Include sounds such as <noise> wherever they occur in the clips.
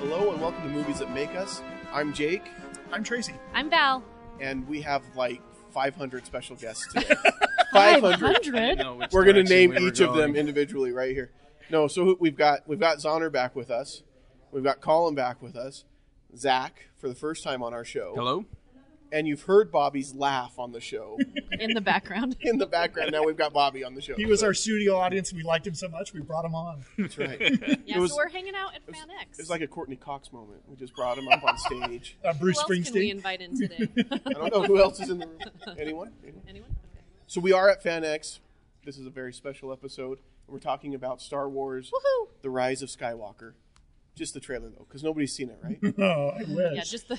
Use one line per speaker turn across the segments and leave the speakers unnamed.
Hello and welcome to Movies That Make Us. I'm Jake,
I'm Tracy.
I'm Val.
and we have like 500 special guests today. 500.
<laughs>
We're
going
going to name each of them individually right here. No, so who- we've got we've got Zoner back with us. We've got Colin back with us. Zach for the first time on our show.
Hello?
And you've heard Bobby's laugh on the show <laughs>
in the background.
in the background. Now we've got Bobby on the show.
He was our studio audience, and we liked him so much we brought him
<laughs>
on.
That's right. It
Yeah,
was-
so we're hanging out at Fan X.
was like a Courtney Cox moment. We just brought him up on stage.
Uh, Bruce
who else can we
Springsteen.
invite in today?
I don't know who else is in the room. Anyone? Anyone?
Anyone? Okay.
So we are at FanX. This is a very special episode. We're talking about Star Wars:
Woohoo!
The Rise of Skywalker. Just the trailer though, because nobody's seen it,
<laughs>
right?
<laughs> oh, I wish.
Yeah, just the.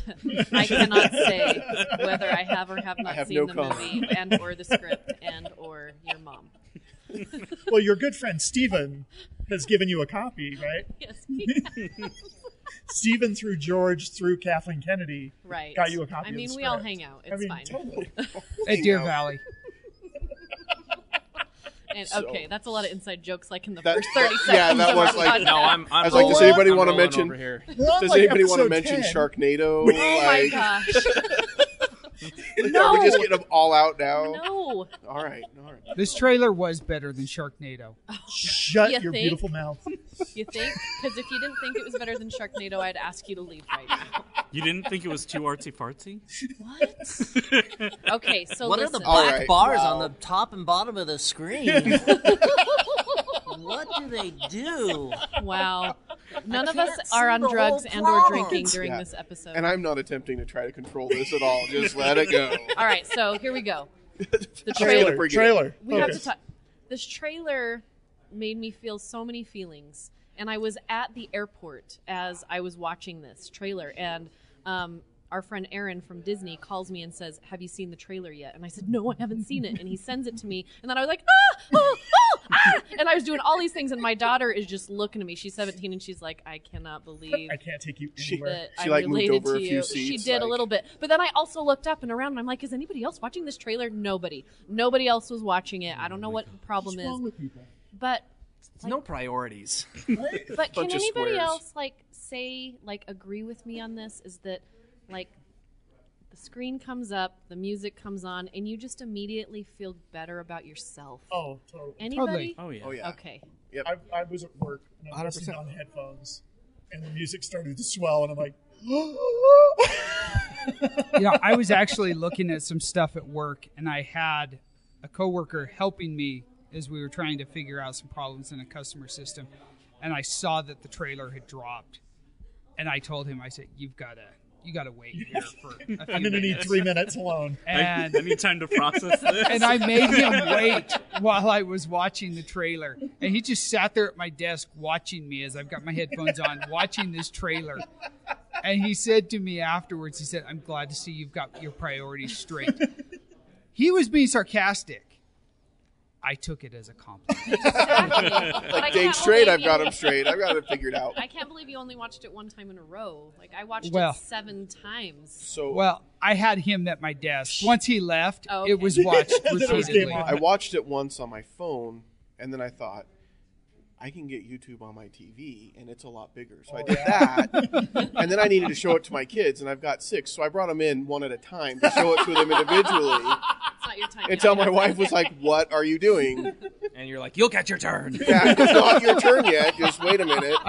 I cannot say whether I have or have not
have
seen
no
the
comment.
movie and or the script and or your mom.
well, your good friend Steven has given you a copy, right?
Yes. he-
Steven through George through Kathleen Kennedy
<laughs> right.
got you a copy.
I
of the
mean, we all
script.
hang out. It's
I mean,
fine. <laughs>
totally.
At
Deer
Deer
No.
<laughs>
Valley.
And,
So-
okay, that's a lot of inside jokes. Like in the
That-
first thirty
that-
seconds.
yeah, that
of
was
our
like-
podcast.
No, I'm. I'm
I was like, does
rolling-
anybody
I'm
wanna
rolling
mention-
over here?
We're on,
Does
like,
anybody want to
episode
mention
10.
Sharknado?
<laughs> Oh my
Like,
gosh!
Are we
No.
just getting them all out now?
No,
All right, all right.
This trailer was better than Sharknado.
Shut
You
your
think?
beautiful mouth.
you think? Because if you didn't think it was better than Sharknado, I'd ask you to leave right now.
You didn't think it was too artsy fartsy?
<laughs>
What? okay, so
What
listen.
are the
All
black
right,
bars
wow.
on the top and bottom of the <laughs> screen? what do they do?
wow. None
I
of us
can't
are
see
on
the
drugs
whole
and or
problem.
drinking during
Yeah.
this episode.
And I'm not attempting to try to control this at all. Just let it
<laughs>
go.
All right, so here
<laughs>
we go.
<laughs>
The
Trailer,
trailer.
forget it.
Trailer.
We have
Focus.
to talk. This trailer made me feel so many feelings, and I was at the airport as I was watching this trailer, and um, our friend Aaron from Disney calls me and says, "Have you seen the trailer yet?" And I said, "No, I haven't seen it." And he sends it to me, and then I was like, "Ah, oh, oh, ah!" And I was doing all these things, and my daughter is just looking at me. She's 17, and she's like, "I cannot believe."
I can't take you
She-
anywhere.
that
She,
I'm
like, moved
related
over a
to
few
you. she
seats,
did a
like-
little bit, but then I also looked up and around, and I'm like, is anybody else watching this trailer? Nobody. Nobody else was watching it. I don't know what the problem
What's
is,
wrong with people?
but
No priorities.
but can
Bunch of
anybody
squares.
else like say like agree with me on this? Is that like the screen comes up, the music comes on, and you just immediately feel better about yourself?
Oh, totally.
anybody?
Oh yeah.
Oh yeah. <laughs>
Okay.
I, I was at work and I was listening
100%.
on headphones, and the music started to swell, and
<laughs>
I'm like, <gasps>
you know, I was actually looking at some stuff at work, and I had a coworker helping me as we were trying to figure out some problems in a customer system, and I saw that the trailer had dropped, and I told him, I said, "You've gotta, you
<laughs>
gotta wait here for a few
I'm gonna need
minutes."
three minutes alone.
And
I need time to process <laughs> this.
and I made
<laughs>
him wait while I was watching the trailer. And he just sat there at my desk watching me as I've got my headphones on, watching this trailer. And he said to me afterwards, he said, I'm glad to see you've got your priorities straight. He was being sarcastic. I took it as a compliment.
I
Like dang
can't
straight,
believe
I've got
you-
them straight. I've got it figured out.
<laughs> I can't believe you only watched it one time in a row. Like I watched
Well.
it seven times.
So
Well, I had him at my desk. Once he left,
Oh,
it
okay.
was
<laughs>
watched
Then it was game
repeatedly.
on.
I watched it once on my phone, and then I thought, I can get YouTube on my TV, and it's a lot bigger. So I did that, and then I needed to show it to my kids, and I've got six, so I brought them in one at a time to show it to them individually
It's not your time. yet.
until my wife was like, "What are you doing?
And you're like, you'll catch your turn.
Yeah, it's not your turn yet. Just wait a minute."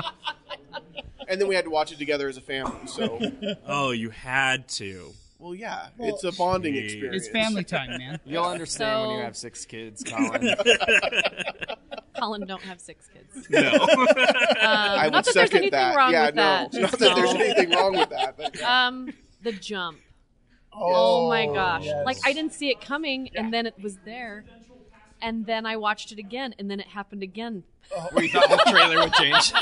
And then we had to watch it together as a family. So,
oh, you had to.
well, yeah, it's a bonding
Jeez.
experience.
It's family time, man.
You'll understand when
So-
you have six kids, Colin.
Colin don't have six kids.
<laughs>
<laughs>
Um,
No.
I would
not that there's
second
anything
that.
wrong
yeah, <laughs>
with
no,
that.
not that there's
No.
anything wrong with that. But
<laughs> Um, the jump.
Oh,
Oh, my gosh!
yes.
Like I didn't see it coming, and then it was there, and then I watched it again, and then it happened again.
We thought the trailer would
<laughs>
change.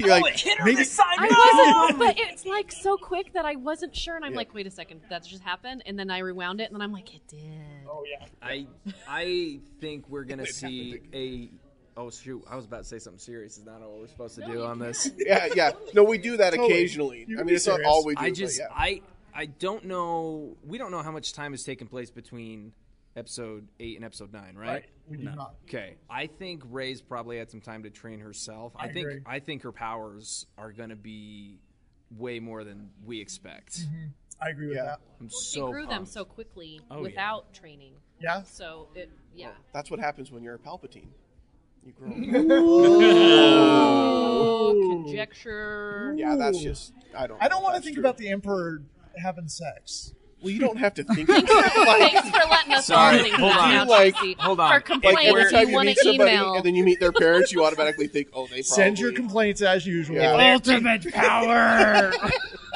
you're like,
I wasn't, but it's like so quick that I wasn't sure, and I'm
Oh Yeah.
like, wait a second, that just happened, and then I rewound it, and then I'm like, it did.
Oh yeah.
I I think we're gonna see a. Oh shoot! I was about to say something serious. Is not what we're supposed to
No,
do
you
on this.
<laughs>
yeah, yeah. No, we do that
Totally.
occasionally.
You
I
can
mean,
be
it's not all
serious.
we do.
I
but
just
yeah.
I I don't know. We don't know how much time has taken place between episode eight and episode nine, right?
Right. We do not.
Okay. I think Ray's probably had some time to train herself. I, think
agree.
I think her powers are gonna be way more than we expect.
I agree with
Yeah.
that.
I'm
Mm-hmm. She
so
grew them
pumped.
so quickly
Oh, yeah.
without training.
Yeah.
So it, yeah.
That's what happens when you're a Palpatine. You grow.
Oh, conjecture.
yeah, that's just. I don't.
I don't
know
want to
if
think
that's
about
true.
the emperor having sex.
Well, you don't have
<laughs>
to think. about it. Like,
Thanks for letting us
Sorry,
all think
hold
that
on.
now,
Like,
Chelsea.
hold on.
For
Like,
like
complaints,
every time you
want
meet
to
somebody
email.
and then you meet their parents, you automatically think, oh, they probably
Send your complaints as usual.
Yeah.
Ultimate
<laughs>
power.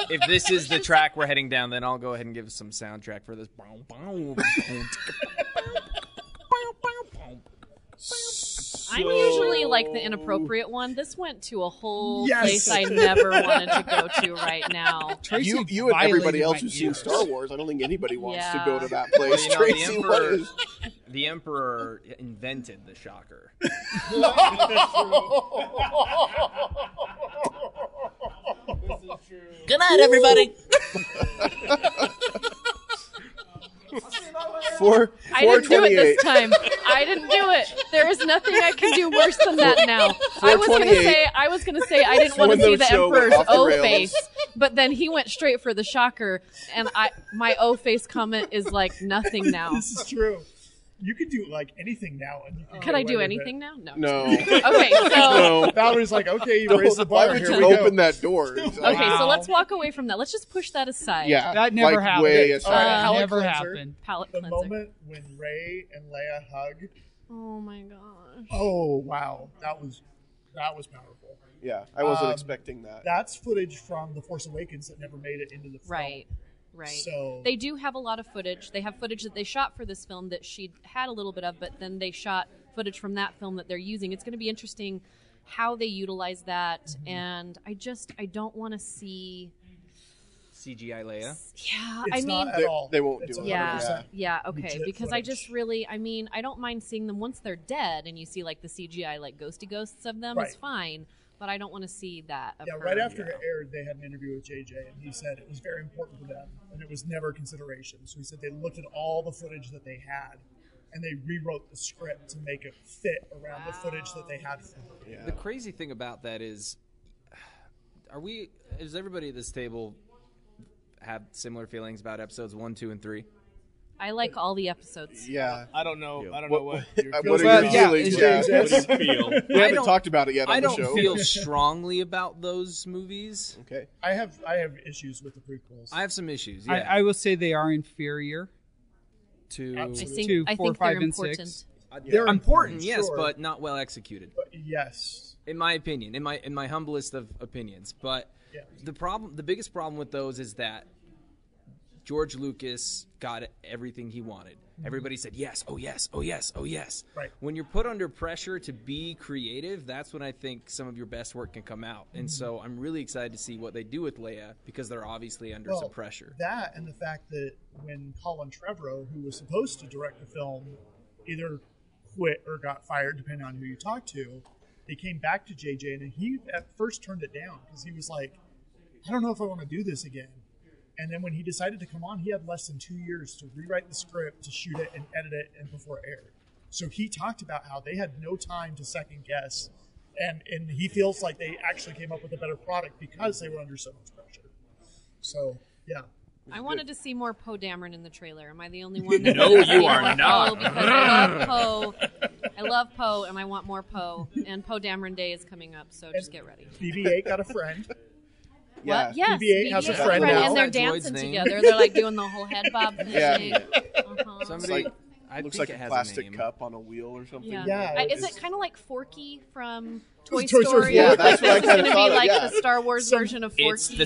If
<laughs>
this is the track we're heading down, then I'll go ahead and give some soundtrack for this.
<laughs> I'm usually like the inappropriate one. This went to a whole
Yes.
place I never wanted to go to right now.
Tracy
You, you and everybody
violated
else
my
who's seen
ears.
Star Wars, I don't think anybody wants to
Yeah.
go to that place.
You know, the
Tracy
Emperor-
was.
The Emperor invented the shocker.
Good night, everybody.
Four,
I
four
didn't do it
twenty-eight.
this time. I didn't do it. There is nothing I can do worse than that now. I was gonna
428.
say I was gonna say I didn't want
When
to see
those
the
show went
emperor's
off the
O
rails.
face, but then he went straight for the shocker, and I my O face comment is like
<laughs>
nothing <laughs> now.
This is true. You could do like anything now. And you can
Could
get
I
away
do
with
anything
It.
now? No.
No,
<laughs>
<laughs>
Okay, so
no.
Valerie's like, okay,
<laughs>
you raised the
Why
bar.
would
Here
you
we go.
open that
<laughs>
door? It's like-
okay, so
Wow.
let's walk away from that. Let's just push that aside.
Yeah,
That never
like,
happened.
Way
All right,
aside.
that
palate
never
cleanser.
happened.
Palette
The
cleanser.
moment when Ray and Leia hug.
Oh my gosh.
Oh wow, that was that was powerful.
yeah, I wasn't
Um,
expecting that.
That's footage from The Force Awakens that never made it into the film.
Right. Right.
So-
they do have a lot of footage. They have footage that they shot for this film that she had a little bit of, but then they shot footage from that film that they're using. It's going to be interesting how they utilize that and I just I don't want to see
CGI Leia.
Yeah,
It's
I mean
not at
They-
all.
they won't
It's
do it.
yeah,
100%.
yeah, okay.
Legit
Because I
footage.
just really, I mean, I don't mind seeing them once they're dead, and you see like the CGI, like ghosty ghosts of them. It's
Right.
fine, but I don't want to see that. Of
Yeah,
her.
right after it aired, they had an interview with JJ, and he said it was very important to them, and it was never a consideration. So he said they looked at all the footage that they had, and they rewrote the script to make it fit around the footage that they had.
The crazy thing about that is, are we? Does everybody at this table have similar feelings about episodes one, two, and three?
I like all the episodes.
Yeah,
I don't know. I don't know what. you're
what are
Well,
your
yeah,
feelings?
it's
Yeah.
James
We
F.
<laughs>
feel?
haven't
don't-
talked about it yet on
I
the
don't
show.
<laughs> feel strongly about those movies.
<laughs> Okay,
I have I have issues with the prequels.
I have some issues. Yeah,
I, I will say they are inferior.
to
I
Absolutely.
think
Two,
I
four,
think
five,
they're
and
important.
six.
They're
important, yes,
sure,
but not well executed.
but yes,
in my opinion, in my in my humblest of opinions. But
Yeah.
the problem, the biggest problem with those is that George Lucas got everything he wanted.
Mm-hmm.
Everybody said yes, oh yes, oh yes, oh yes.
Right.
When you're put under pressure to be creative, that's when I think some of your best work can come out.
Mm-hmm.
And so I'm really excited to see what they do with Leia because they're obviously under some
Well,
pressure.
That and the fact that when Colin Trevorrow, who was supposed to direct the film, either quit or got fired, depending on who you talk to, they came back to JJ and he at first turned it down because he was like, I don't know if I want to do this again. And then when he decided to come on, he had less than two years to rewrite the script, to shoot it and edit it, and before it aired. So he talked about how they had no time to second guess, and and he feels like they actually came up with a better product because they were under so much pressure. So yeah,
I wanted to see more Poe Dameron in the trailer. Am I the only one? That
No,
wants to
you
see
are
more
not.
Poe because I love Poe. I love Poe, and I want more Poe. And Poe Dameron Day is coming up, so just get ready.
BB-8 got a <laughs> friend.
yeah,
What? Yes,
BB-8 has a
BB-8 's
friend now.
and they're
Is that droid's
dancing
name?
together. They're like doing the whole head
<laughs>
bob thing.
Yeah.
Uh-huh.
Somebody,
like-
I
looks like
think it
a
has
plastic
name.
cup on a wheel or something.
Yeah.
Yeah,
I- is
it's-
it kind of like Forky from
<laughs>
Toy,
Toy Story,
Story?
yeah,
Like,
that's what I
this is
kinda
gonna
thought
be
of,
like
yeah.
the Star Wars version of Forky.
It's the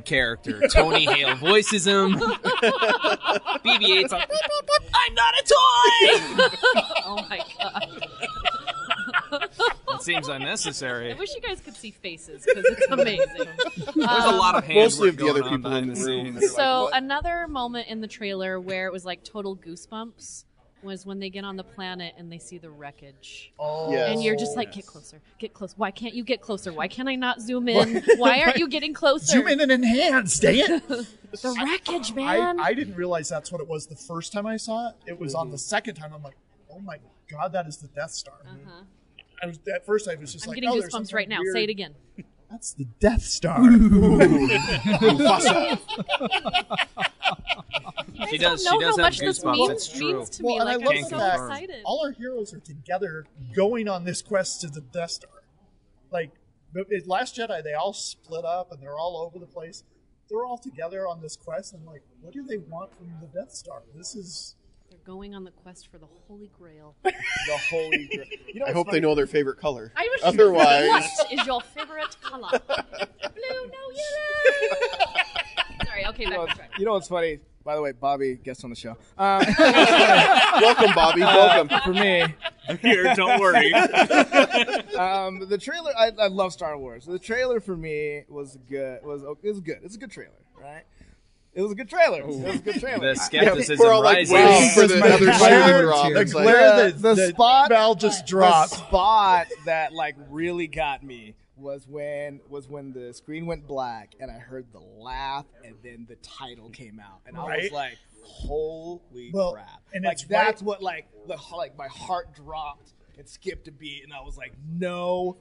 <laughs>
character. Tony Hale voices him. <laughs> BB-8's like, I'm not a toy.
<laughs> oh my god!
it seems unnecessary.
I wish you guys could see faces because
<laughs>
it's amazing. Um,
There's a lot of hand
Mostly
work
of the other
going on
people in the
behind
room.
scenes.
So another moment in the trailer where it was like total goosebumps was when they get on the planet and they see the wreckage.
Oh,
Yes.
And you're just like, get closer, get close. Why can't you get closer? Why can't I not zoom in?
<laughs>
Why aren't you getting closer?
zoom in and enhance. Dang
<laughs>
it!
The wreckage,
I,
man.
I didn't realize that's what it was the first time I saw it. It was on the second time. I'm like, oh my god, that is the Death Star.
uh-huh.
I was at first I was just
I'm
like,
getting
oh, there's
goosebumps
something
right now.
weird.
Say it again.
That's the Death Star. <laughs>
You guys
She
don't
does- she
know
does
how
have
much this
goosebumps,
means,
that's true.
means to
Well,
me.
and I
Like,
love
I'm so
the fact-
excited.
all our heroes are together going on this quest to the Death Star. Like but in Last Jedi, they all split up and they're all over the place. They're all together on this quest, and I'm like, what do they want from the Death Star? This is
They're going on the quest for the Holy Grail.
the holy. Grail. You know,
I
it's
hope they
funny,
know their favorite color.
I was
Otherwise,
what is your favorite color? Blue, no yellow. Sorry, okay, back to track.
You know what's funny? By the way, Bobby guest on the show. Um,
<laughs> welcome, Bobby. Welcome.
for me,
Here, don't
<laughs>
worry.
um, the trailer. I, I love Star Wars. The trailer for me was good. Was it was good. It's a good trailer, right? It was a good trailer. It was a good trailer.
The skepticism
We're all like
rises.
waiting for
This
the
is my
other shoe
favorite
to drop.
tier.
It's like,
Where the, the,
the
spot
bell just
The
dropped.
spot that like really got me was when was when the screen went black and I heard the laugh and then the title came out and I was
Right.
like, holy
Well,
crap!
and
like
it's right-
that's what like the like my heart dropped and skipped a beat and I was like, no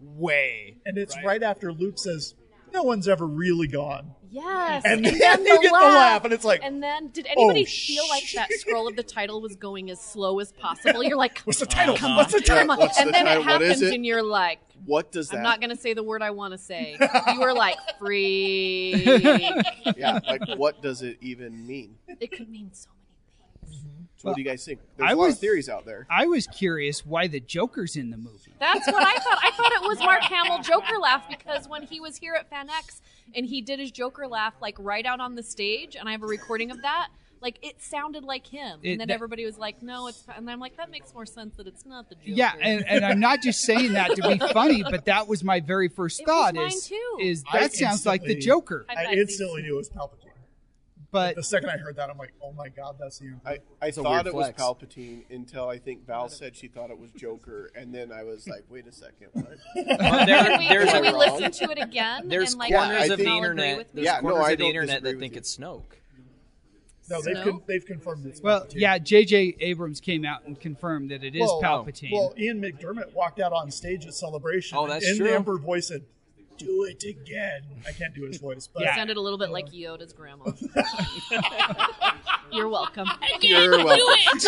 way.
And it's
Right.
right after Luke says, "No one's ever really gone."
Yes.
And
then you <laughs> get the laugh, and it's like,
And then, did anybody
oh,
feel like that scroll of the title was going as slow as possible? You're like,
What's the title?
Come
What's
on,
the title?
come on.
What's the
and then
title?
it
What is
happens,
it?
and you're like,
what does that?
I'm not gonna say the word I want to say. You were like, free.
yeah, like what does it even mean?
it could mean so many things.
So what do you guys think? There's
I
a lot
was-
of theories out there.
I was curious why the Joker's in the movie.
That's what I thought. I thought it was Mark Hamill Joker laugh because when he was here at FanX and he did his Joker laugh like right out on the stage, and I have a recording of that. Like it sounded like him,
It-
and then
that-
everybody was like, "No, it's," and I'm like, "That makes more sense that it's not the Joker."
Yeah, and, and I'm not just saying that to be funny, but that was my very first
It was
thought.
mine
is
too.
is
I
that sounds like the
instantly-
Joker?
I
I
thought these-
instantly knew it was Palpatine.
But
The second I heard that, I'm like, "Oh my god, that's the Emperor."
I, I
a
thought
weird
it was
flex.
Palpatine until I think Val said she thought it was Joker, and then I was like, wait a second, what? <laughs>
But there-
Can we,
there's
can we
wrong.
listen to it again?
there's
and, like,
Yeah,
corners
I
of
think-
the
all agree
internet.
with me?
There's
Yeah, no,
corners
I
of the
don't
internet that
disagree
think
with
it's Snoke.
No, they've,
No?
con- they've confirmed it's
well,
Palpatine.
yeah, J.J. Abrams came out and confirmed that it is
Well, um,
Palpatine.
Well, Ian McDermott walked out on stage at Celebration.
Oh, that's
and
true.
the Emperor voice said, "Do it again." I can't do his voice,
<laughs>
but
Yeah.
sounded a little bit like Yoda's grandma. You're welcome.
You're welcome.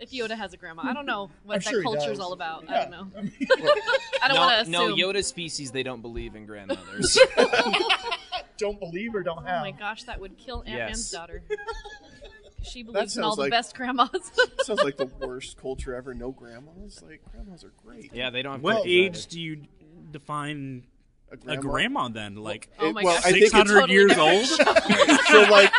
If Yoda has a grandma, I don't know what
I'm
that
sure he
culture's
does.
all about. I
Yeah.
don't know.
I mean,
<laughs> I don't want to
no,
assume.
no, Yoda species they don't believe in grandmothers.
<laughs>
don't believe or don't
Oh
have.
my gosh, that would kill Aunt
Yes.
<laughs>
Anne's daughter. She believes in
sounds
all the
like-
best grandmas. <laughs>
Sounds like the worst culture ever. No grandmas? Like, grandmas are great.
yeah, they don't have
What
kids
age
either.
do you define
A
a grandma then? Like
oh my
well,
gosh,
I think
six
it's
hundred
totally
years
different.
old? <laughs>
so
<laughs>
like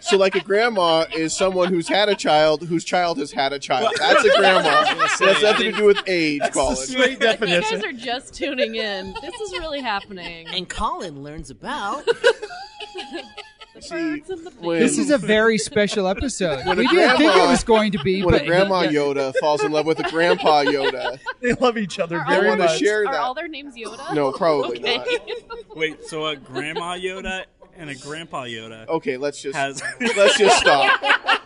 so like a grandma is someone who's had a child whose child has had a child. That's a
<laughs>
grandma. It has nothing to do with age, Colin.
Straight
You
definition.
guys are just tuning in. This is really happening.
And Colin learns about
The
See,
birds and the bees.
when-
this is a
<laughs>
very special episode.
When um, a
we didn't think it
grandma-
was going to be,
When
but
a grandma Yoda falls in love with a grandpa Yoda,
they love each other
are all,
they
very
want to
much.
share
are all
that.
their names Yoda?
No, probably
Okay.
not.
Wait, so a grandma Yoda and a grandpa Yoda
Okay, let's just
has
<laughs>
<laughs>
let's just
<laughs>
stop.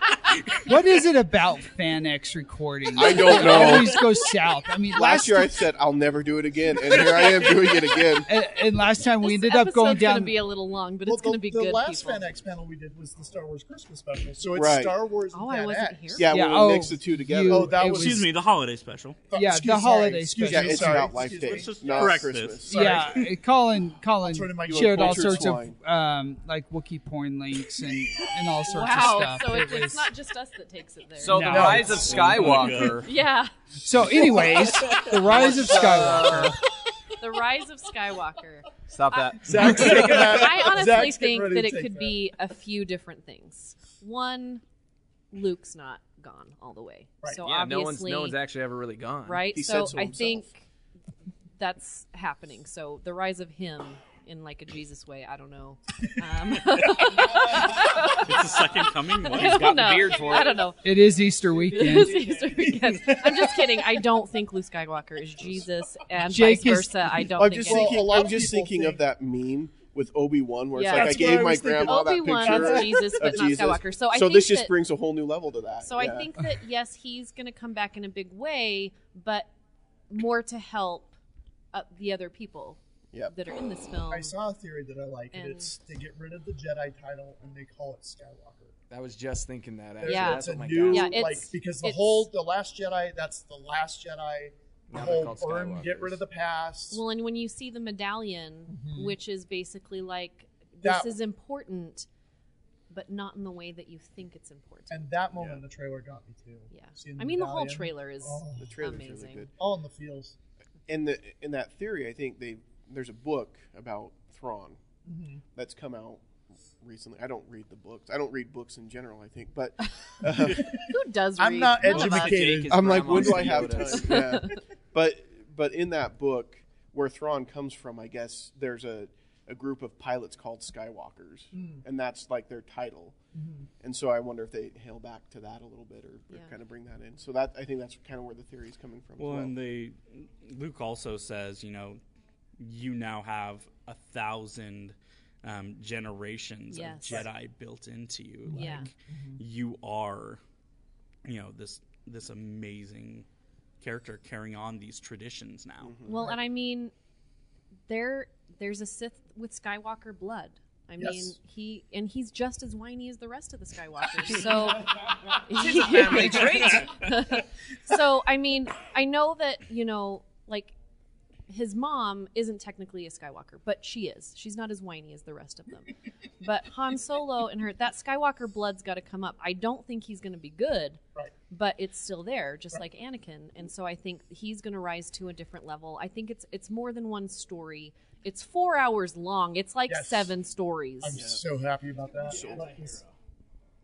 what is it about FanX recording?
I don't know.
Always goes south. I mean,
Last
last,
year I said I'll never do it again, and here I am doing it again.
and, and last time we
This
ended up going
episode's gonna
down.
be a little long, but
Well,
it's going to be
the
good.
last
people.
FanX panel we did was the Star Wars Christmas special, so it's
Right.
Star Wars.
Oh,
and
I wasn't
FanX.
here.
Yeah,
Yeah,
when we
oh,
mix the two together.
you-
Oh, that
it
was-
Excuse me, the holiday special.
Th-
Yeah,
excuse-
the holiday
excuse
yeah,
special.
me,
it's
sorry.
about life
Excuse
day,
me.
just
not
correct
Christmas.
this.
Sorry.
Yeah, uh, Colin. Colin
turn to my- You
shared
are
all
cultured
sorts of um, like Wookiee porn links and, and all sorts of
Wow,
stuff.
so
It
it,
was-
it's not just us that takes it there.
So
No.
the rise of
Oh
Skywalker.
yeah,
so, anyways, the rise of Skywalker.
the rise of Skywalker.
Stop
<laughs>
<laughs>
that.
Zach's taking that.
I honestly
Zach's getting
think
ready
that
to
it
take
could
that.
be a few different things. One, Luke's not gone all the way,
Right.
so
<laughs> yeah, no one's
obviously,
no one's actually ever really gone.
right?
He
so
said so
I
himself.
think that's happening. So the rise of him in like a Jesus way. I don't know.
<laughs>
Um,
It's the second coming. What
<laughs> I
is
don't
gotten
know.
beard for
I
it.
don't know.
It is Easter
<laughs> This
weekend.
Easter weekend. I'm just kidding. I don't think Luke Skywalker is Jesus, and
Jake
vice
is-
versa. I don't
I'm
think
Oh, just
any-
Well, a
thinking.
lot
I'm
of
just
people
thinking
think-
of that meme with Obi Wan, where
Yeah.
it's like I
That's what
gave
I
my
was thinking.
grandma
Obi Wan
that
is
picture
Jesus, but
of
not
Jesus.
Skywalker. So I think
this just
that,
brings a whole new level to that.
So
yeah.
I think that yes, he's going to come back in a big way, but more to help uh, the other people
Yep.
that are in this film.
I saw a theory that I like, and
And-
it's they get rid of the Jedi title and they call it Skywalker.
I was just thinking that. Actually.
There's-
Yeah.
it's
that's
a
what my
new
guy-
Yeah,
like
it's-
because the
it's-
whole the Last Jedi. That's the Last Jedi. The
Now they're
whole
called
burn, get
Skywalkers.
rid of the past.
Well, and when you see the medallion, which is basically like this
Mm-hmm. That-
is important, but not in the way that you think it's important.
and that moment in the trailer got me too.
yeah,
Seeing
I mean the whole
medallion.
trailer is
Oh,
the trailer's really
Amazing.
good.
all in the feels.
in the in that theory, I think they there's a book about Thrawn that's come out recently. I don't read the books. I don't read books in general. I think, but uh,
who does.
I'm
read?
not
None of us.
educated.
Jake is
I'm like, when
grandma's
do I have time?
Yoda's.
yeah. But but in that book where Thrawn comes from, I guess there's a a group of pilots called Skywalkers, and that's like their title. And so I wonder if they hail back to that a little bit, or, or
Yeah.
kind of bring that in. So that I think that's kind of where the theory is coming from. as
Well,
well.
and they Luke also says, you know, you now have a thousand um, generations
Yes.
of Jedi built into you. Like
Yeah.
you are, you know, this this amazing character carrying on these traditions now.
Well, and I mean, there there's a Sith with Skywalker blood. I mean,
Yes.
he and he's just as whiny as the rest of the Skywalkers.
<laughs>
So <laughs>
Family trait.
so I mean, I know that you know, like his mom isn't technically a Skywalker, but she is. She's not as whiny as the rest of them. But Han Solo and her that Skywalker blood's got to come up. I don't think he's going to be good,
Right.
but it's still there, just like Anakin. And so I think he's going to rise to a different level. I think it's it's more than one story. It's four hours long. It's like
Yes.
seven stories.
I'm so happy about that. Like,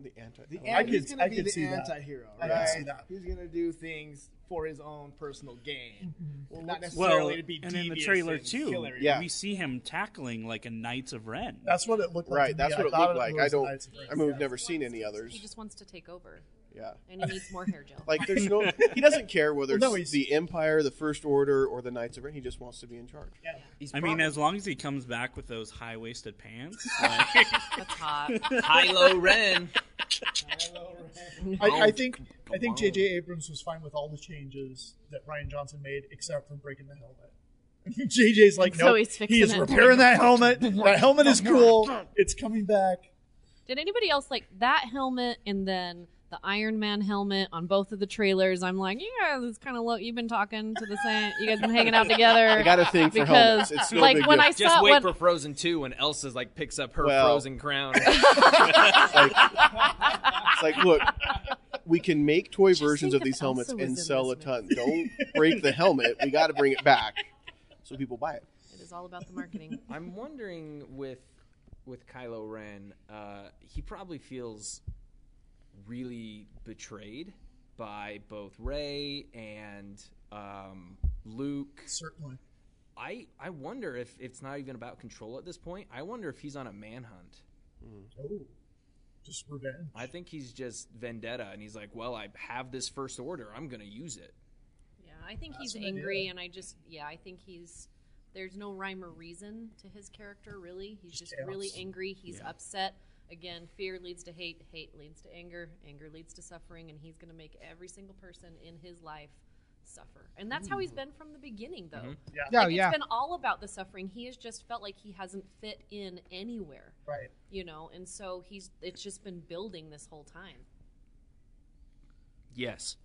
the anti. oh,
The
I
an-
could-
he's
could-
gonna
I
be
could
the
see that.
anti-hero.
I
Right?
could see that.
He's gonna do things for his own personal
Mm-hmm.
gain, not necessarily
Well,
to be
and in the
devious
trailer
and kill
too,
everyone.
Yeah.
we see him tackling like a Knights of Ren.
That's what it looked like. to
Right,
me.
that's
I
what it
thought
looked like.
was
I don't.
Knights of Ren.
I mean, we've
Yeah.
never seen any
He
others.
just wants to take over,
Yeah,
and he needs more hair gel.
like there's no. He doesn't care whether it's
Well, no, he's-
the Empire, the First Order, or the Knights of Ren. He just wants to be in charge.
I mean, as long as he comes back with those high waisted pants, like,
That's hot.
<laughs>
High low Ren.
I, I think I think J.J. Abrams was fine with all the changes that Ryan Johnson made, except for breaking the helmet. <laughs> J.J.'s like,
So
no,
he's fixing
he is
it."
repairing that
<laughs>
helmet. That helmet is cool. It's coming back.
Did anybody else like that helmet and then the Iron Man helmet on both of the trailers? I'm like, yeah, this kind of look. You've been talking to the same. You guys been
<laughs>
hanging out
I
together <laughs>
got a thing for helmets.
because,
It's no
like,
big
when
deal.
I
Just
saw
wait
when,
for Frozen 2 when Elsa's like picks up her
Well-
frozen crown.
<laughs> It's like, look, we can make toy versions
think
of
if
these
Elsa
helmets
was in
and
this
sell a
mix.
ton. Don't break the helmet. We got to bring it back so people buy it.
it is all about the marketing.
I'm wondering with with Kylo Ren, uh, he probably feels really betrayed by both Ray and um, Luke.
Certainly.
I I wonder if it's not even about control at this point. I wonder if he's on a manhunt.
Oh, just revenge.
I think he's just vendetta, and he's like, "Well, I have this first order. I'm gonna use it."
Yeah, I think he's
an idea.
angry, and I just yeah, I think he's there's no rhyme or reason to his character really. He's just really
chaos.
angry. He's upset. Again, fear leads to hate. Hate leads to anger. Anger leads to suffering, and he's going to make every single person in his life suffer. And that's how he's been from the beginning, though.
No,
Like,
yeah.
It's been all about the suffering. He has just felt like he hasn't fit in anywhere,
Right.
you know, and so he's it's just been building this whole time.
Yes.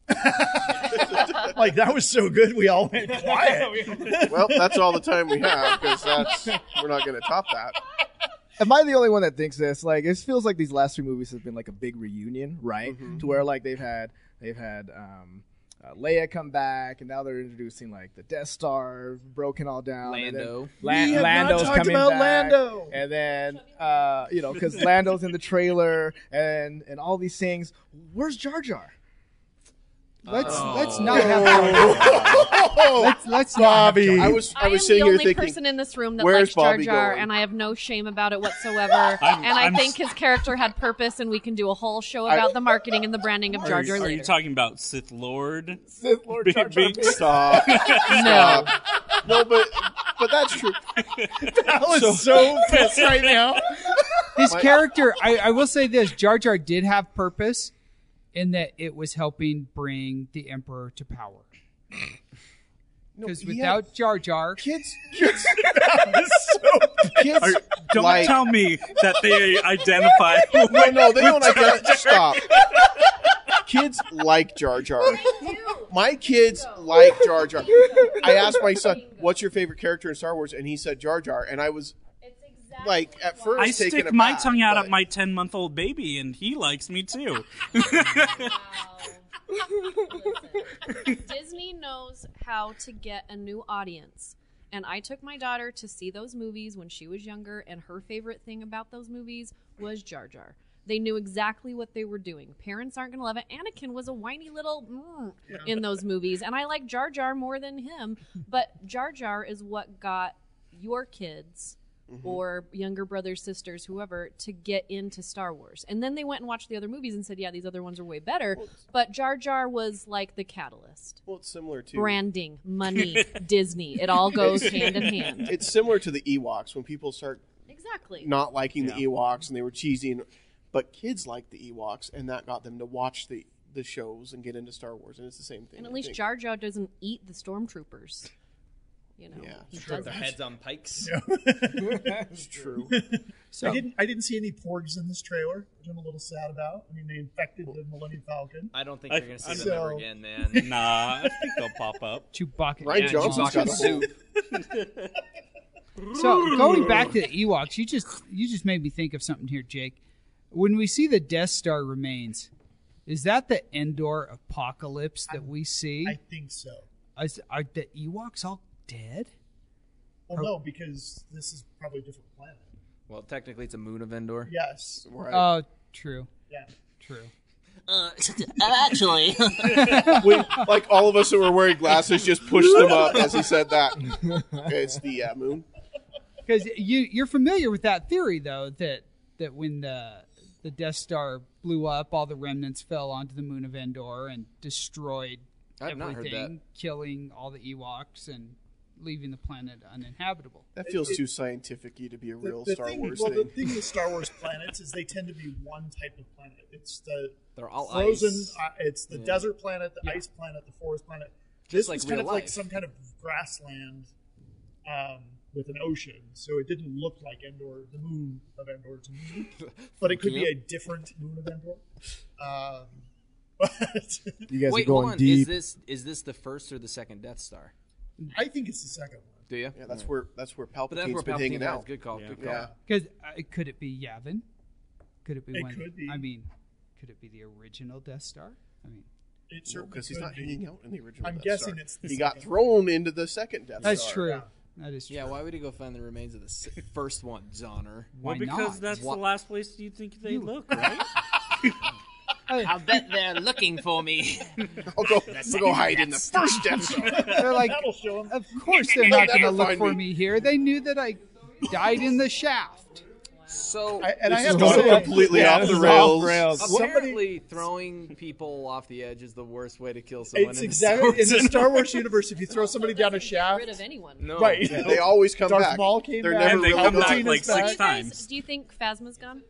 Like that was so good, we all went quiet.
Well, that's all the time we have because that's we're not going to top that.
Am I the only one that thinks this? Like, it feels like these last three movies have been like a big reunion, right?
Mm-hmm.
To where like they've had they've had um, uh, Leia come back, and now they're introducing like the Death Star broken all down. and then
Lando.
La-
Um, We have not
Lando's
talked
coming
about
back,
Lando.
and then uh, you know because Lando's in the trailer and and all these things. Where's Jar Jar?
Let's
Oh.
let's not have Jar- let's let's not have Jar-
Oh, I <laughs> was I was
I, am the
sitting here
only
thinking,
person in this room that
"Where's
likes Jar
Bobby
Jar,
going?"
and I have no shame about
<laughs>
it whatsoever.
I'm-
and I
I'm
think
s-
his character had purpose, and we can do a whole show about the marketing and the branding of Jar
are,
Jar
you- are
later.
you talking about Sith Lord?
Sith
<laughs>
Lord
Big-
Jar Jar.
big-
stop.
no,
No, but but that's true.
I was so, pissed right now.
His character, I, I will say this: Jar Jar did have purpose, in that it was helping bring the Emperor to power.
No,
Because
he had-
without Jar Jar,
kids, kids, kids,
Don't
like-
tell me that they identify. with-
no, no, they don't identify. Stop. Kids like Jar Jar. My kids like Jar Jar. I asked my son, "What's your favorite character in Star Wars?" and he said Jar Jar, and I was like, at first,
I
taken
stick my
aback,
tongue out
but-
at my ten-month-old baby, and he likes me too.
Disney knows how to get a new audience. And I took my daughter to see those movies when she was younger, and her favorite thing about those movies was Jar Jar. They knew exactly what they were doing. Parents aren't going to love it. Anakin was a whiny little mm in those movies, and I like Jar Jar more than him. But Jar Jar is what got your kids or younger brothers, sisters, whoever, to get into Star Wars. And then they went and watched the other movies and said, yeah, these other ones are way better. But Jar Jar was like the catalyst.
Well, it's similar to
Branding,
<laughs>
money, Disney. It all goes hand in hand.
It's similar to the Ewoks when people start
Exactly.
not liking the Ewoks and they were cheesy, and, but kids liked the Ewoks, and that got them to watch the the shows and get into Star Wars, and it's the same thing.
and
I
at least
think.
Jar Jar doesn't eat the stormtroopers. You know,
Yeah,
he
Their
doesn't.
heads on pikes.
<laughs>
It's true.
so
I didn't. I didn't see any porgs in this trailer, which I'm a little sad about. I mean, they infected the Millennium Falcon.
I don't think
I-
you're gonna see
I'm-
them ever
So- <laughs>
again, man.
nah, I think they'll pop up.
Chewbacca.
Ryan
Yeah,
Johnson's
Chewbacca's
got a whole-
So going back to the Ewoks, you just you just made me think of something here, Jake. When we see the Death Star remains, is that the Endor apocalypse that we see?
I think so.
Is- are the Ewoks all dead?
Well, no, because this is probably a different planet.
well, technically, it's a moon of Endor.
Yes.
Right.
Oh, true,
Yeah.
true.
Uh, <laughs> actually,
<laughs> We, like all of us that were wearing glasses just pushed them up as he said
<laughs>
that. It's the uh, moon.
Because you you're familiar with that theory though that that when the the Death Star blew up, all the remnants fell onto the moon of Endor and destroyed
I've not heard that.
everything, killing all the Ewoks and leaving the planet uninhabitable.
That feels too scientific-y to be a
The-
real
the
Star
thing,
Wars
well,
thing.
the thing
<laughs>
with Star Wars planets is they tend to be one type of planet. It's the
They're all
frozen.
ice.
Uh, it's the desert planet, the ice planet, the forest planet. This
like
was kind
real
of like
life.
some kind of grassland um, with an ocean, so it didn't look like Endor, the moon of Endor to
<laughs>
me. But it could be a different moon of Endor. Um, <laughs> but
You guys
Wait,
are going
hold on. Is
deep.
this is this the first or the second Death Star?
I think it's the second one.
Do you?
Yeah, that's where that's where Palpatine's
But that's where
been
Palpatine
hanging
was.
out.
Good call. Good call.
Yeah.
Because uh, could it be Yavin? Could it be?
It
one,
could be.
I mean, could it be the original Death Star? I mean,
It certainly
Because he's
could
not
be.
hanging out in the original.
I'm
Death
guessing
Star.
it's the
he got
second.
thrown into the second Death
that's
Star.
true.
yeah.
That is true.
Yeah, why would he go find the remains of the s- <laughs> first one, Zoner?
Why
well, because
not?
that's
Wha-
the last place you think they look, right?
I'll bet they're looking for me.
I'll go, I'll go hide in the first Death Star.
They're like,
That'll show him.
of course they're not going to
They'll
look
find
for
me.
me here. They knew that I died in the shaft.
So
I, and I
It's
have to
gone
say,
completely
Yeah,
off
this
the
is
rails.
apparently, throwing people off the edge is the worst way to kill someone. <laughs>
It's
in the
exactly in the
Star Wars.
Star Wars universe. If you throw somebody down a shaft,
Rid of anyone.
No,
right?
They always come
Darth
back.
Maul came
They're never
back.
And
really
they come back,
gone.
Palpatine
like,
is
six
back.
Do you guys-
times.
do you think Phasma's gone?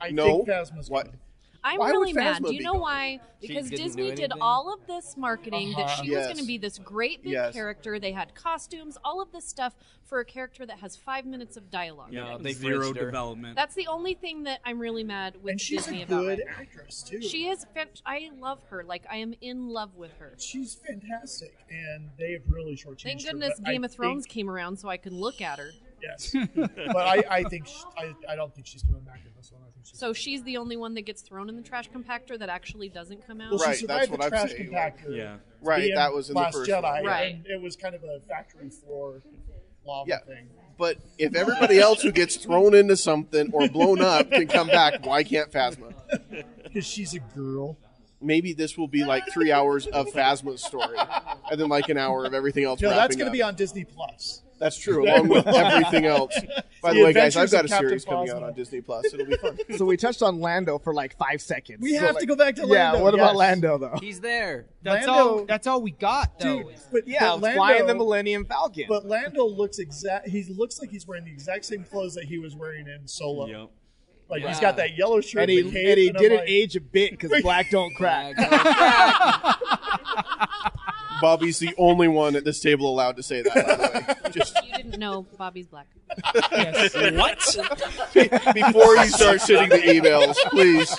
I
No.
think Phasma's
What?
gone.
I'm
Why would
really mad.
Phasma
Do you
be
know
gone?
why? Because
didn't do
Disney did
anything?
all of this marketing that she was
Uh-huh. Yes.
going to be this great big
Yes.
character. They had costumes, all of this stuff for a character that has five minutes of dialogue. in
Yeah,
it.
they
Zero
fridged her.
development.
That's the only thing that I'm really mad with
And she's
Disney
a
about.
good
right now.
actress too.
She is. Fan- I love her. Like I am in love with her.
she's fantastic, and they have really shortchanged
Thank
her,
goodness
but I
Game of
think- <laughs>
Thrones came around so I could look at her.
yes, but I, I think sh I, I don't think she's coming back in this one. I think she's
So she's the only one that gets thrown in the trash compactor that actually doesn't come out.
well,
Right,
she survived
that's what
the
I'm
trash
saying, like-
compactor.
Yeah.
Right,
in
that was in the
uh, Last
first
Jedi,
one.
Right.
and it was kind of a factory floor lava
Yeah.
thing.
But if everybody else who gets thrown into something or blown up can come back, why can't Phasma?
Because she's a girl.
maybe this will be like three hours of Phasma's story, and then like an hour of everything else.
No, that's going
going
to be on Disney Plus.
That's
<laughs>
true, along with everything else. By the,
The
way, guys, I've
Adventures
got a
of Captain
series coming out
Phasma.
on Disney Plus. It'll be fun.
So we touched on Lando for like five seconds.
We
So,
have to
like-
go back to
Yeah,
Lando,
what about
yes.
Lando though? <laughs>
He's there.
That's
Lando-
all. That's all we got though.
Dude, but
Yeah,
but Lando,
flying the Millennium Falcon.
But Lando looks exact. He looks like he's wearing the exact same clothes that he was wearing in
<laughs>
Solo.
Yep.
Like
Yeah.
he's got that yellow shirt
and he,
the cape,
and he
and I'm
didn't
like,
age a
<laughs>
bit because black don't crack.
Bobby's the only one at this table allowed to say that. By the way. Just
<laughs> You didn't know Bobby's black.
Yes.
What?
before you start sending the emails, please.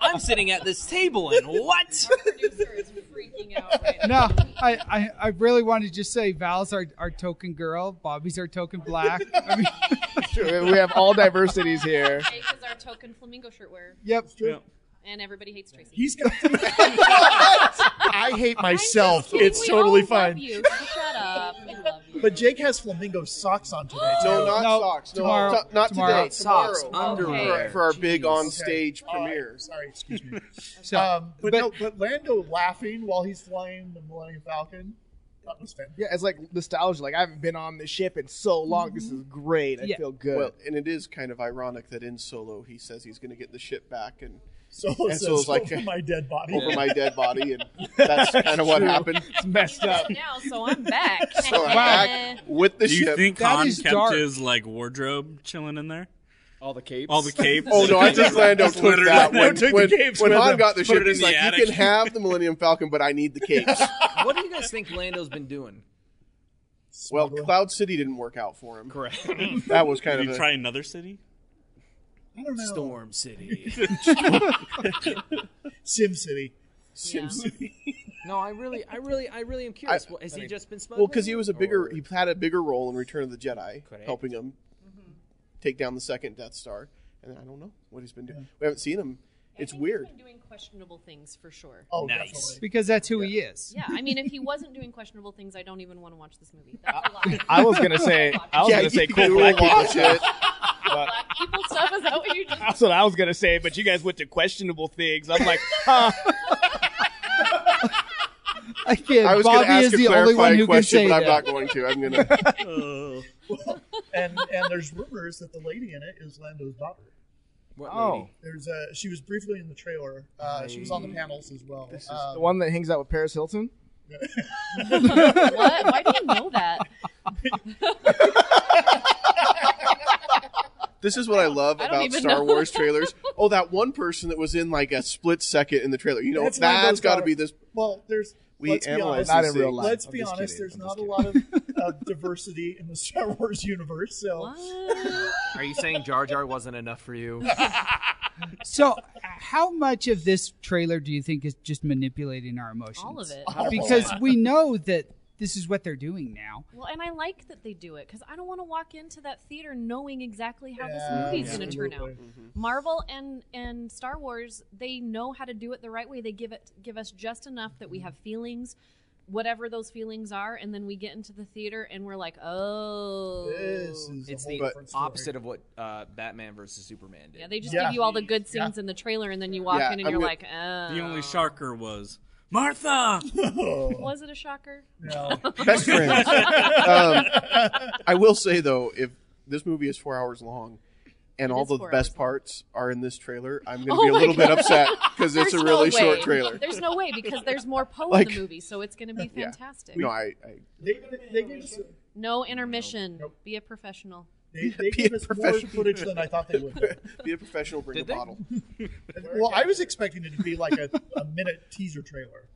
I'm sitting at this table and what?
Producer is freaking out right now.
<laughs> No, I, I, I really want to just say Val's our, our token girl, Bobby's our token
<laughs>
black. I mean,
we have all diversities here.
Jake is our token flamingo shirt wearer,
yep.
Yep.
and everybody hates Tracy.
He's got. I hate
I'm just
myself.
kidding,
It's
we
totally
all Love
fine. <laughs>
you. Shut up. We love you.
But Jake has flamingo socks on today. Too.
No, not
No,
socks. No,
<laughs> tomorrow.
to- not
Tomorrow.
today.
Socks,
Tomorrow.
underwear.
For, for our big
Jeez.
on-stage
All right,
premiere.
Sorry, excuse me.
So,
Uh,
um, but,
but,
no, but Lando laughing while he's flying the Millennium Falcon. That was fantastic.
<laughs> Yeah, it's like nostalgia. Like I haven't been on the ship in so long. This is great. I
Yeah.
feel good.
Well, and it is kind of ironic that in Solo he says he's going to get the ship back and
So,
And
says,
so it's like-
over my dead body.
over
<laughs>
my dead body, and that's kind of what happened.
it's messed up.
now, so I'm back.
So I'm
<laughs>
back with the
Do you
ship.
think
That
Han
is
kept
dark.
his like wardrobe chilling in there?
All the capes. <laughs>
All the capes.
Oh
<laughs>
no! I think Lando
Just
took
literally-
that
Lando
when,
took
when,
the capes
when
with
Han
him,
got the
put
ship.
it in
He's
the
like,
attic."
"You can have the Millennium Falcon, but I need the
<laughs>
capes."
what do you guys think Lando's been doing?
well, Cloud City didn't work out for him.
<laughs>
Correct.
<laughs> That was kind
Did
of
he
a-
try another city?
I don't know.
Storm City.
Sim City.
Sim City.
No, I really, I really, I really am curious.
I-
What- has he just been smuggling?
Well, because he was a bigger,
Or-
he had a bigger role in Return of the Jedi,
Correct.
helping him take down the second Death Star. And I don't know what he's been doing. We haven't seen him. It's weird.
doing questionable things for sure.
Oh,
Nice.
definitely.
because that's who he is.
<laughs> Yeah, I mean, if he wasn't doing questionable things, I don't even want to watch this movie. That's a lie.
<laughs> I was gonna say. I was
yeah,
gonna say
you
cool
will
black people.
watch it.
Black people stuff is that what you just?
That's what I was gonna say. But you guys went to questionable things. I'm like, huh.
Again,
I was going
Bobby
to ask
is
a
the only one
clarifying
who can
question,
say
but I'm
that.
not going to. I'm going to.
Oh.
And and there's rumors that the lady in it is Lando's daughter.
What
Oh.
lady?
There's a. She was briefly in the trailer. Uh, she was on the panels as well. Um,
<laughs> the one that hangs out with Paris Hilton.
What? Why do you know that?
This is what I love
I don't
about
even
Star
know.
Wars trailers.
<laughs>
Oh, that one person that was in like a split second in the trailer. You know,
That's
that's
Lando's
got to
daughter.
be this.
Well, there's.
We
let's be
analyze
honest,
Not
these
in real
things.
life.
Let's
I'm
be
just
honest.
kidding.
There's
I'm
not
just
a lot of
<laughs>
uh, diversity in the Star Wars universe. So
What?
Are you saying Jar Jar wasn't enough for you?
So, uh, how much of this trailer do you think is just manipulating our emotions?
All
<laughs>
of it.
Because we know that this is what they're doing now.
Well, and I like that they do it because I don't want to walk into that theater knowing exactly how
Yeah,
this movie's going to turn out.
absolutely.
Marvel and and Star Wars, they know how to do it the right way. They give it give us just enough that we have feelings, whatever those feelings are, and then we get into the theater and we're like, oh,
This is
It's
a whole
the
different story.
opposite of what uh, Batman versus Superman did.
yeah. They just
Yeah.
give you all the good
Yeah.
scenes in the trailer, and then you walk
Yeah,
in and
I'm
you're
gonna-
like, oh,
The only sharker was Martha.
Was it a shocker?
No.
Best friends. um, I will say though, if this movie is four hours long, and all
is
the
four
best
hours long.
parts are in this trailer, I'm going to
Oh
be a
my
little bit upset because it's a
There's
really
no
short
way.
trailer.
There's no way because there's more Poe
Like-
in the movie, so it's going to be
Yeah.
fantastic.
No, I, I
<laughs> <laughs> They, they gave us,
No intermission.
Nope.
Be a professional.
they, they
Be
gave
a
us more
professional.
footage than I thought they would.
<laughs> be a professional, bring
Did
a
they?
bottle.
<laughs> well, I was expecting it to be like a, a minute teaser trailer.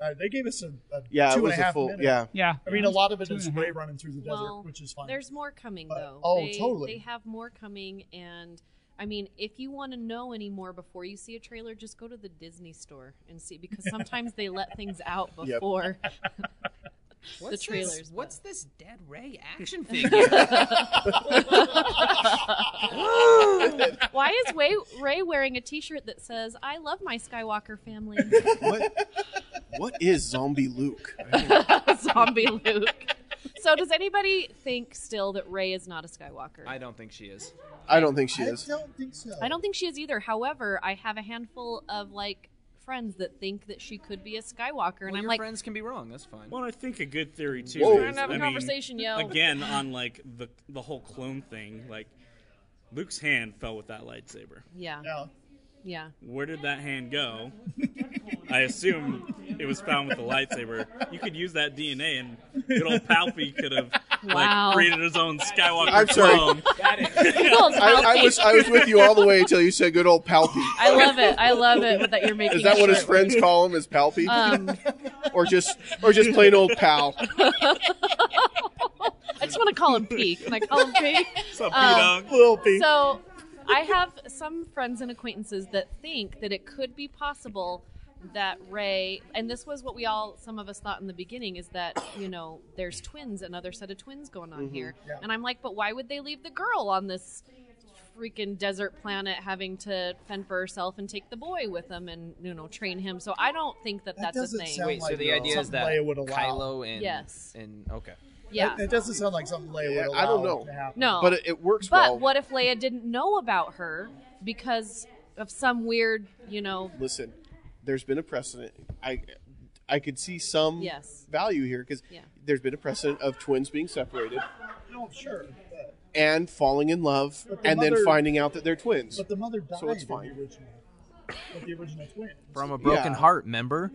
Uh, they gave us a, a
Yeah, it
two and a
was a
half
full.
minute.
Yeah,
Yeah.
I mean, a lot of it is
and a
Ray running through the desert,
Well,
which is fine.
There's more coming
But-
though.
oh,
they,
totally.
They have more coming, and I mean, if you want to know any more before you see a trailer, just go to the Disney store and see because sometimes they let things out
<laughs> Yep.
before.
What's This,
trailers,
what's this Dead Ray
<laughs>
action figure?
Why is Way- Ray wearing a T-shirt that says "I love my Skywalker family"?
What, what is Zombie Luke?
Zombie Luke. So does anybody think still that Ray is not a Skywalker?
I don't think she is.
I don't think she
I
is.
don't think so.
I don't think she is either. However, I have a handful of like friends that think that she could be a Skywalker, and
Well,
I'm
your
like,
friends can be wrong. That's fine.
Well, I think a good theory too.
Whoa.
is-
we're gonna have a
I mean,
conversation, yo.
again on like the the whole clone thing. Like Luke's hand fell with that lightsaber.
Yeah,
Yeah.
yeah.
Where did that hand go? I assume it was found with the lightsaber. You could use that DNA, and good old Palpy could have like
Wow.
created his own Skywalker
I'm sorry.
clone.
Cool,
I, I
Palpy.
was I was with you all the way until you said good old Palpy.
I love it. I love it with that you're making. <laughs>
Is that what his
sure.
friends call him? Is Palpy,
Um,
<laughs> or just or just plain old pal?
I just want to call him P. Can I call him P?
What's up,
Um,
P-Dog?
Will be.
So
<laughs>
I have some friends and acquaintances that think that it could be possible that Ray and this was what we all some of us thought in the beginning is that, you know, there's twins, another set of twins going
Mm-hmm.
on here. And I'm like, but why would they leave the girl on this freaking desert planet having to fend for herself and take the boy with them and, you know, train him. So I don't think that,
That
that's a
doesn't
thing.
sound
Wait, so
like
the idea is
something
that
Leia would allow.
Kylo and
Yes.
and okay.
yeah.
It, it doesn't sound like something Leia would
Yeah,
allow
I don't know.
to happen.
<laughs> No.
But it, it works
But
well.
what if Leia didn't know about her because of some weird, you
<laughs>
know?
Listen, there's been a precedent. I I could see some
Yes.
value here because
Yeah.
there's been a precedent of twins being separated
No, sure. But,
and falling in love
But the
and then
mother-
finding out that they're twins.
but the mother died
So it's
in
fine.
the original. With the original twin.
From a broken
Yeah. <laughs>
heart, member.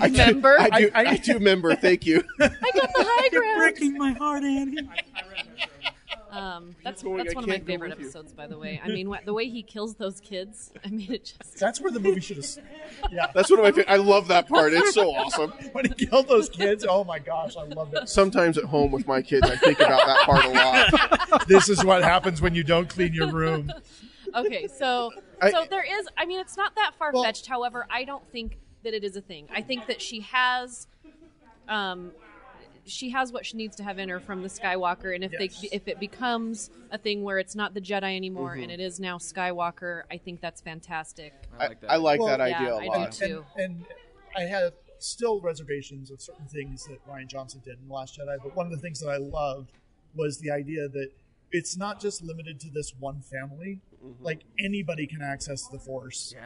I do,
Member?
I do,
I-
I, do remember. Thank you.
I got the high ground.
Breaking my heart, Annie.
Um, that's
going,
that's
I
one of my
can't go
favorite
with you.
episodes, by the way. I mean, wh- the way he kills those kids. <laughs> I mean, it just
That's where the movie should have. Yeah,
That's one of my. Fa- I love that part. It's so awesome.
when he killed those kids. Oh my gosh, I love it.
Sometimes at home with my kids, I think about that part a
<laughs>
lot.
this is what happens when you don't clean your
<laughs>
room.
okay.
<laughs>
So
I-
so there is. I mean, it's not that far fetched. However, I don't think that it is a thing. I think that she has. Um, she has what she needs to have in her from the Skywalker, and if
Yes.
they if it becomes a thing where it's not the Jedi anymore
Mm-hmm.
and it is now Skywalker, I think that's fantastic.
I,
like that
I like
Well,
that
yeah,
idea a
I do
lot.
too.
And, and I have still reservations of certain things that Ryan Johnson did in The Last Jedi, but one of the things that I loved was the idea that it's not just limited to this one family. Like anybody can access the Force. Yeah.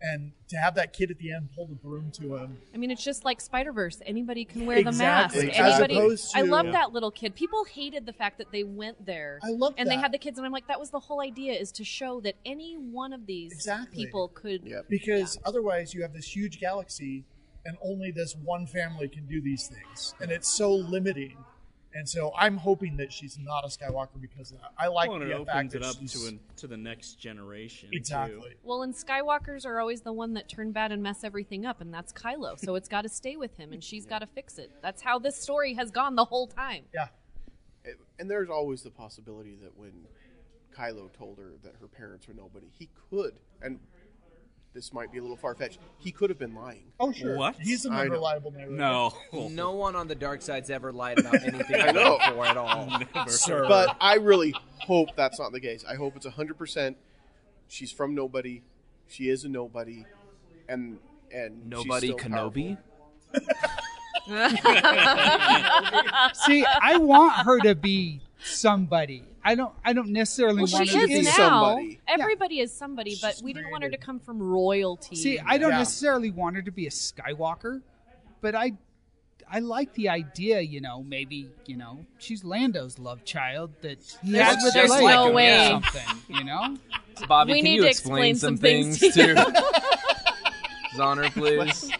And to have that kid at the end hold the broom to him.
I mean, it's just like Spider Verse. Anybody can wear
Exactly.
the mask.
As
Anybody.
opposed
I
to-
love
Yeah.
that little kid. People hated the fact that they went there.
I love
And they
that.
had the kids, and I'm like, that was the whole idea is to show that any one of these
Exactly.
people could.
Yep.
Because otherwise, you have this huge galaxy, and only this one family can do these things, and it's so limiting. And so, I'm hoping that she's not a Skywalker because of that. I like
Well, and it
the fact
opens
that
it up
she's-
to an, to the next generation. too.
exactly.
Well, and Skywalkers are always the one that turn bad and mess everything up, and that's Kylo. So it's got to stay with him, and she's got to fix it. That's how this story has gone the whole
<laughs>
time.
Yeah,
And there's always the possibility that when Kylo told her that her parents were nobody, he could, and this might be a little far fetched, he could have been lying.
Oh, sure.
What?
He's an
I know.
unreliable narrator.
No. <laughs>
No one on the dark side's ever lied about
<laughs>
anything
I know.
before at all.
Sir.
But I really hope that's not the case. I hope it's 100%. She's from nobody. She is a nobody. And. And she's
Nobody
still
Kenobi.
powerful.
See, I want her to be somebody. I don't. I don't necessarily
Well,
want
she
her to
be
is now.
somebody.
Everybody is somebody, but we didn't want her to come from royalty.
See, I don't
Yeah.
necessarily want her to be a Skywalker, but I I like the idea, you know, maybe, you know, she's Lando's love child that he
There's
had with
just
Leia
no
or
way.
something, you know?
Bobby,
We
can
need
you
to explain
explain,
some
some
things
things
to
too? Zoner, please.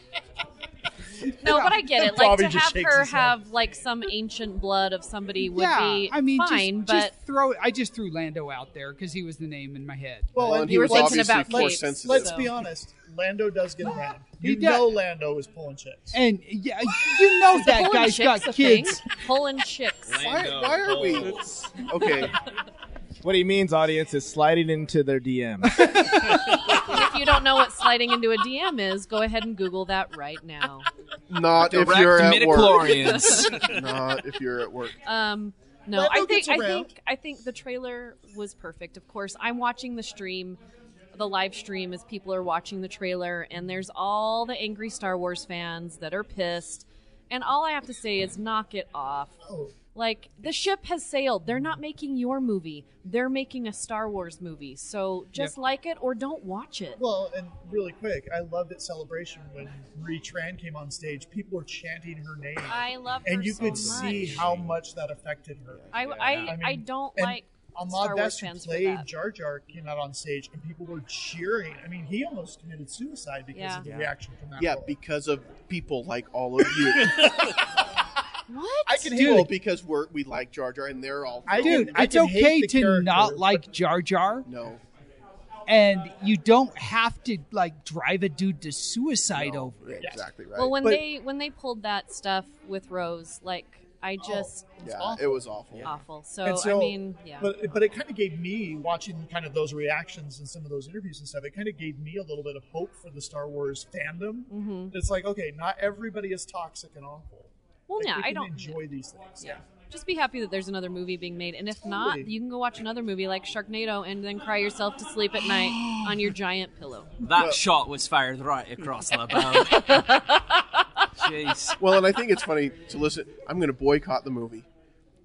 No, but I get it. Like
Bobby
to
just
have
shakes
her
his head.
have like some ancient blood of somebody <laughs> would
yeah.
be
I mean,
fine,
just,
but
just throw I just threw Lando out there cuz he was the name in my head.
Well,
Well,
and
and
you
he
were
was
thinking
obviously
about
force
Kate's,
sensitive.
let's
So-
be honest. Lando does get around.
He
You
does.
know, Lando is pulling chicks.
And yeah, you know that
pulling
guy's
chicks
got
a
kids.
thing. Pulling chicks.
Why, why are we. Okay.
What he means, audience, is sliding into their DM.
if you don't know what sliding into a DM is, go ahead and Google that right now.
Not if
Direct
you're at work.
midichlorians.
Not if you're at work.
Um, no,
Lando
I think
gets
I
around.
think I think the trailer was perfect. Of course, I'm watching the stream, the live stream as people are watching the trailer, and there's all the angry Star Wars fans that are pissed And all I have to say is knock it off.
Oh,
Like the ship has sailed. They're not making your movie. They're making a Star Wars movie. So just like it or don't watch it.
well, and really quick, I loved at Celebration when Marie Tran came on stage. People were chanting her name,
I love her
and you
so
could
much.
see how much that affected her.
I I, I,
mean,
don't
and
like Star
Ahmad
Wars
Best, who
fans for
played
that.
Jar Jar, came out on stage, and people were cheering. I mean, he almost committed suicide because
Yeah.
of the
Yeah.
reaction from that.
Yeah,
role.
because of people like all of you.
What?
<laughs> I can
Dude.
handle
People
it.
because we're we like Jar Jar and they're all
I
Dude,
can- I
it's
can hate
okay
the
to not
character,
like Jar Jar,
no.
and you don't have to like drive a dude to suicide
no,
over it.
Exactly right.
Well, when
But-
they when they pulled that stuff with Rose, like I just
yeah,
awful.
it was awful.
awful. So,
Oh, And so-
I mean, yeah.
But but it kind of gave me watching kind of those reactions and some of those interviews and stuff. It kind of gave me a little bit of hope for the Star Wars fandom.
hmm
It's like okay, not everybody is toxic and awful.
Well,
Like,
yeah,
we
I
can
don't
enjoy these things.
Yeah. Just be happy that there's another movie being made, and if not,
Totally.
you can go watch another movie like Sharknado and then cry yourself to sleep at night
<gasps>
on your giant pillow.
That shot was fired right across the <laughs> bow.
Jeez.
Well, and I think it's funny to listen. I'm going to boycott the movie.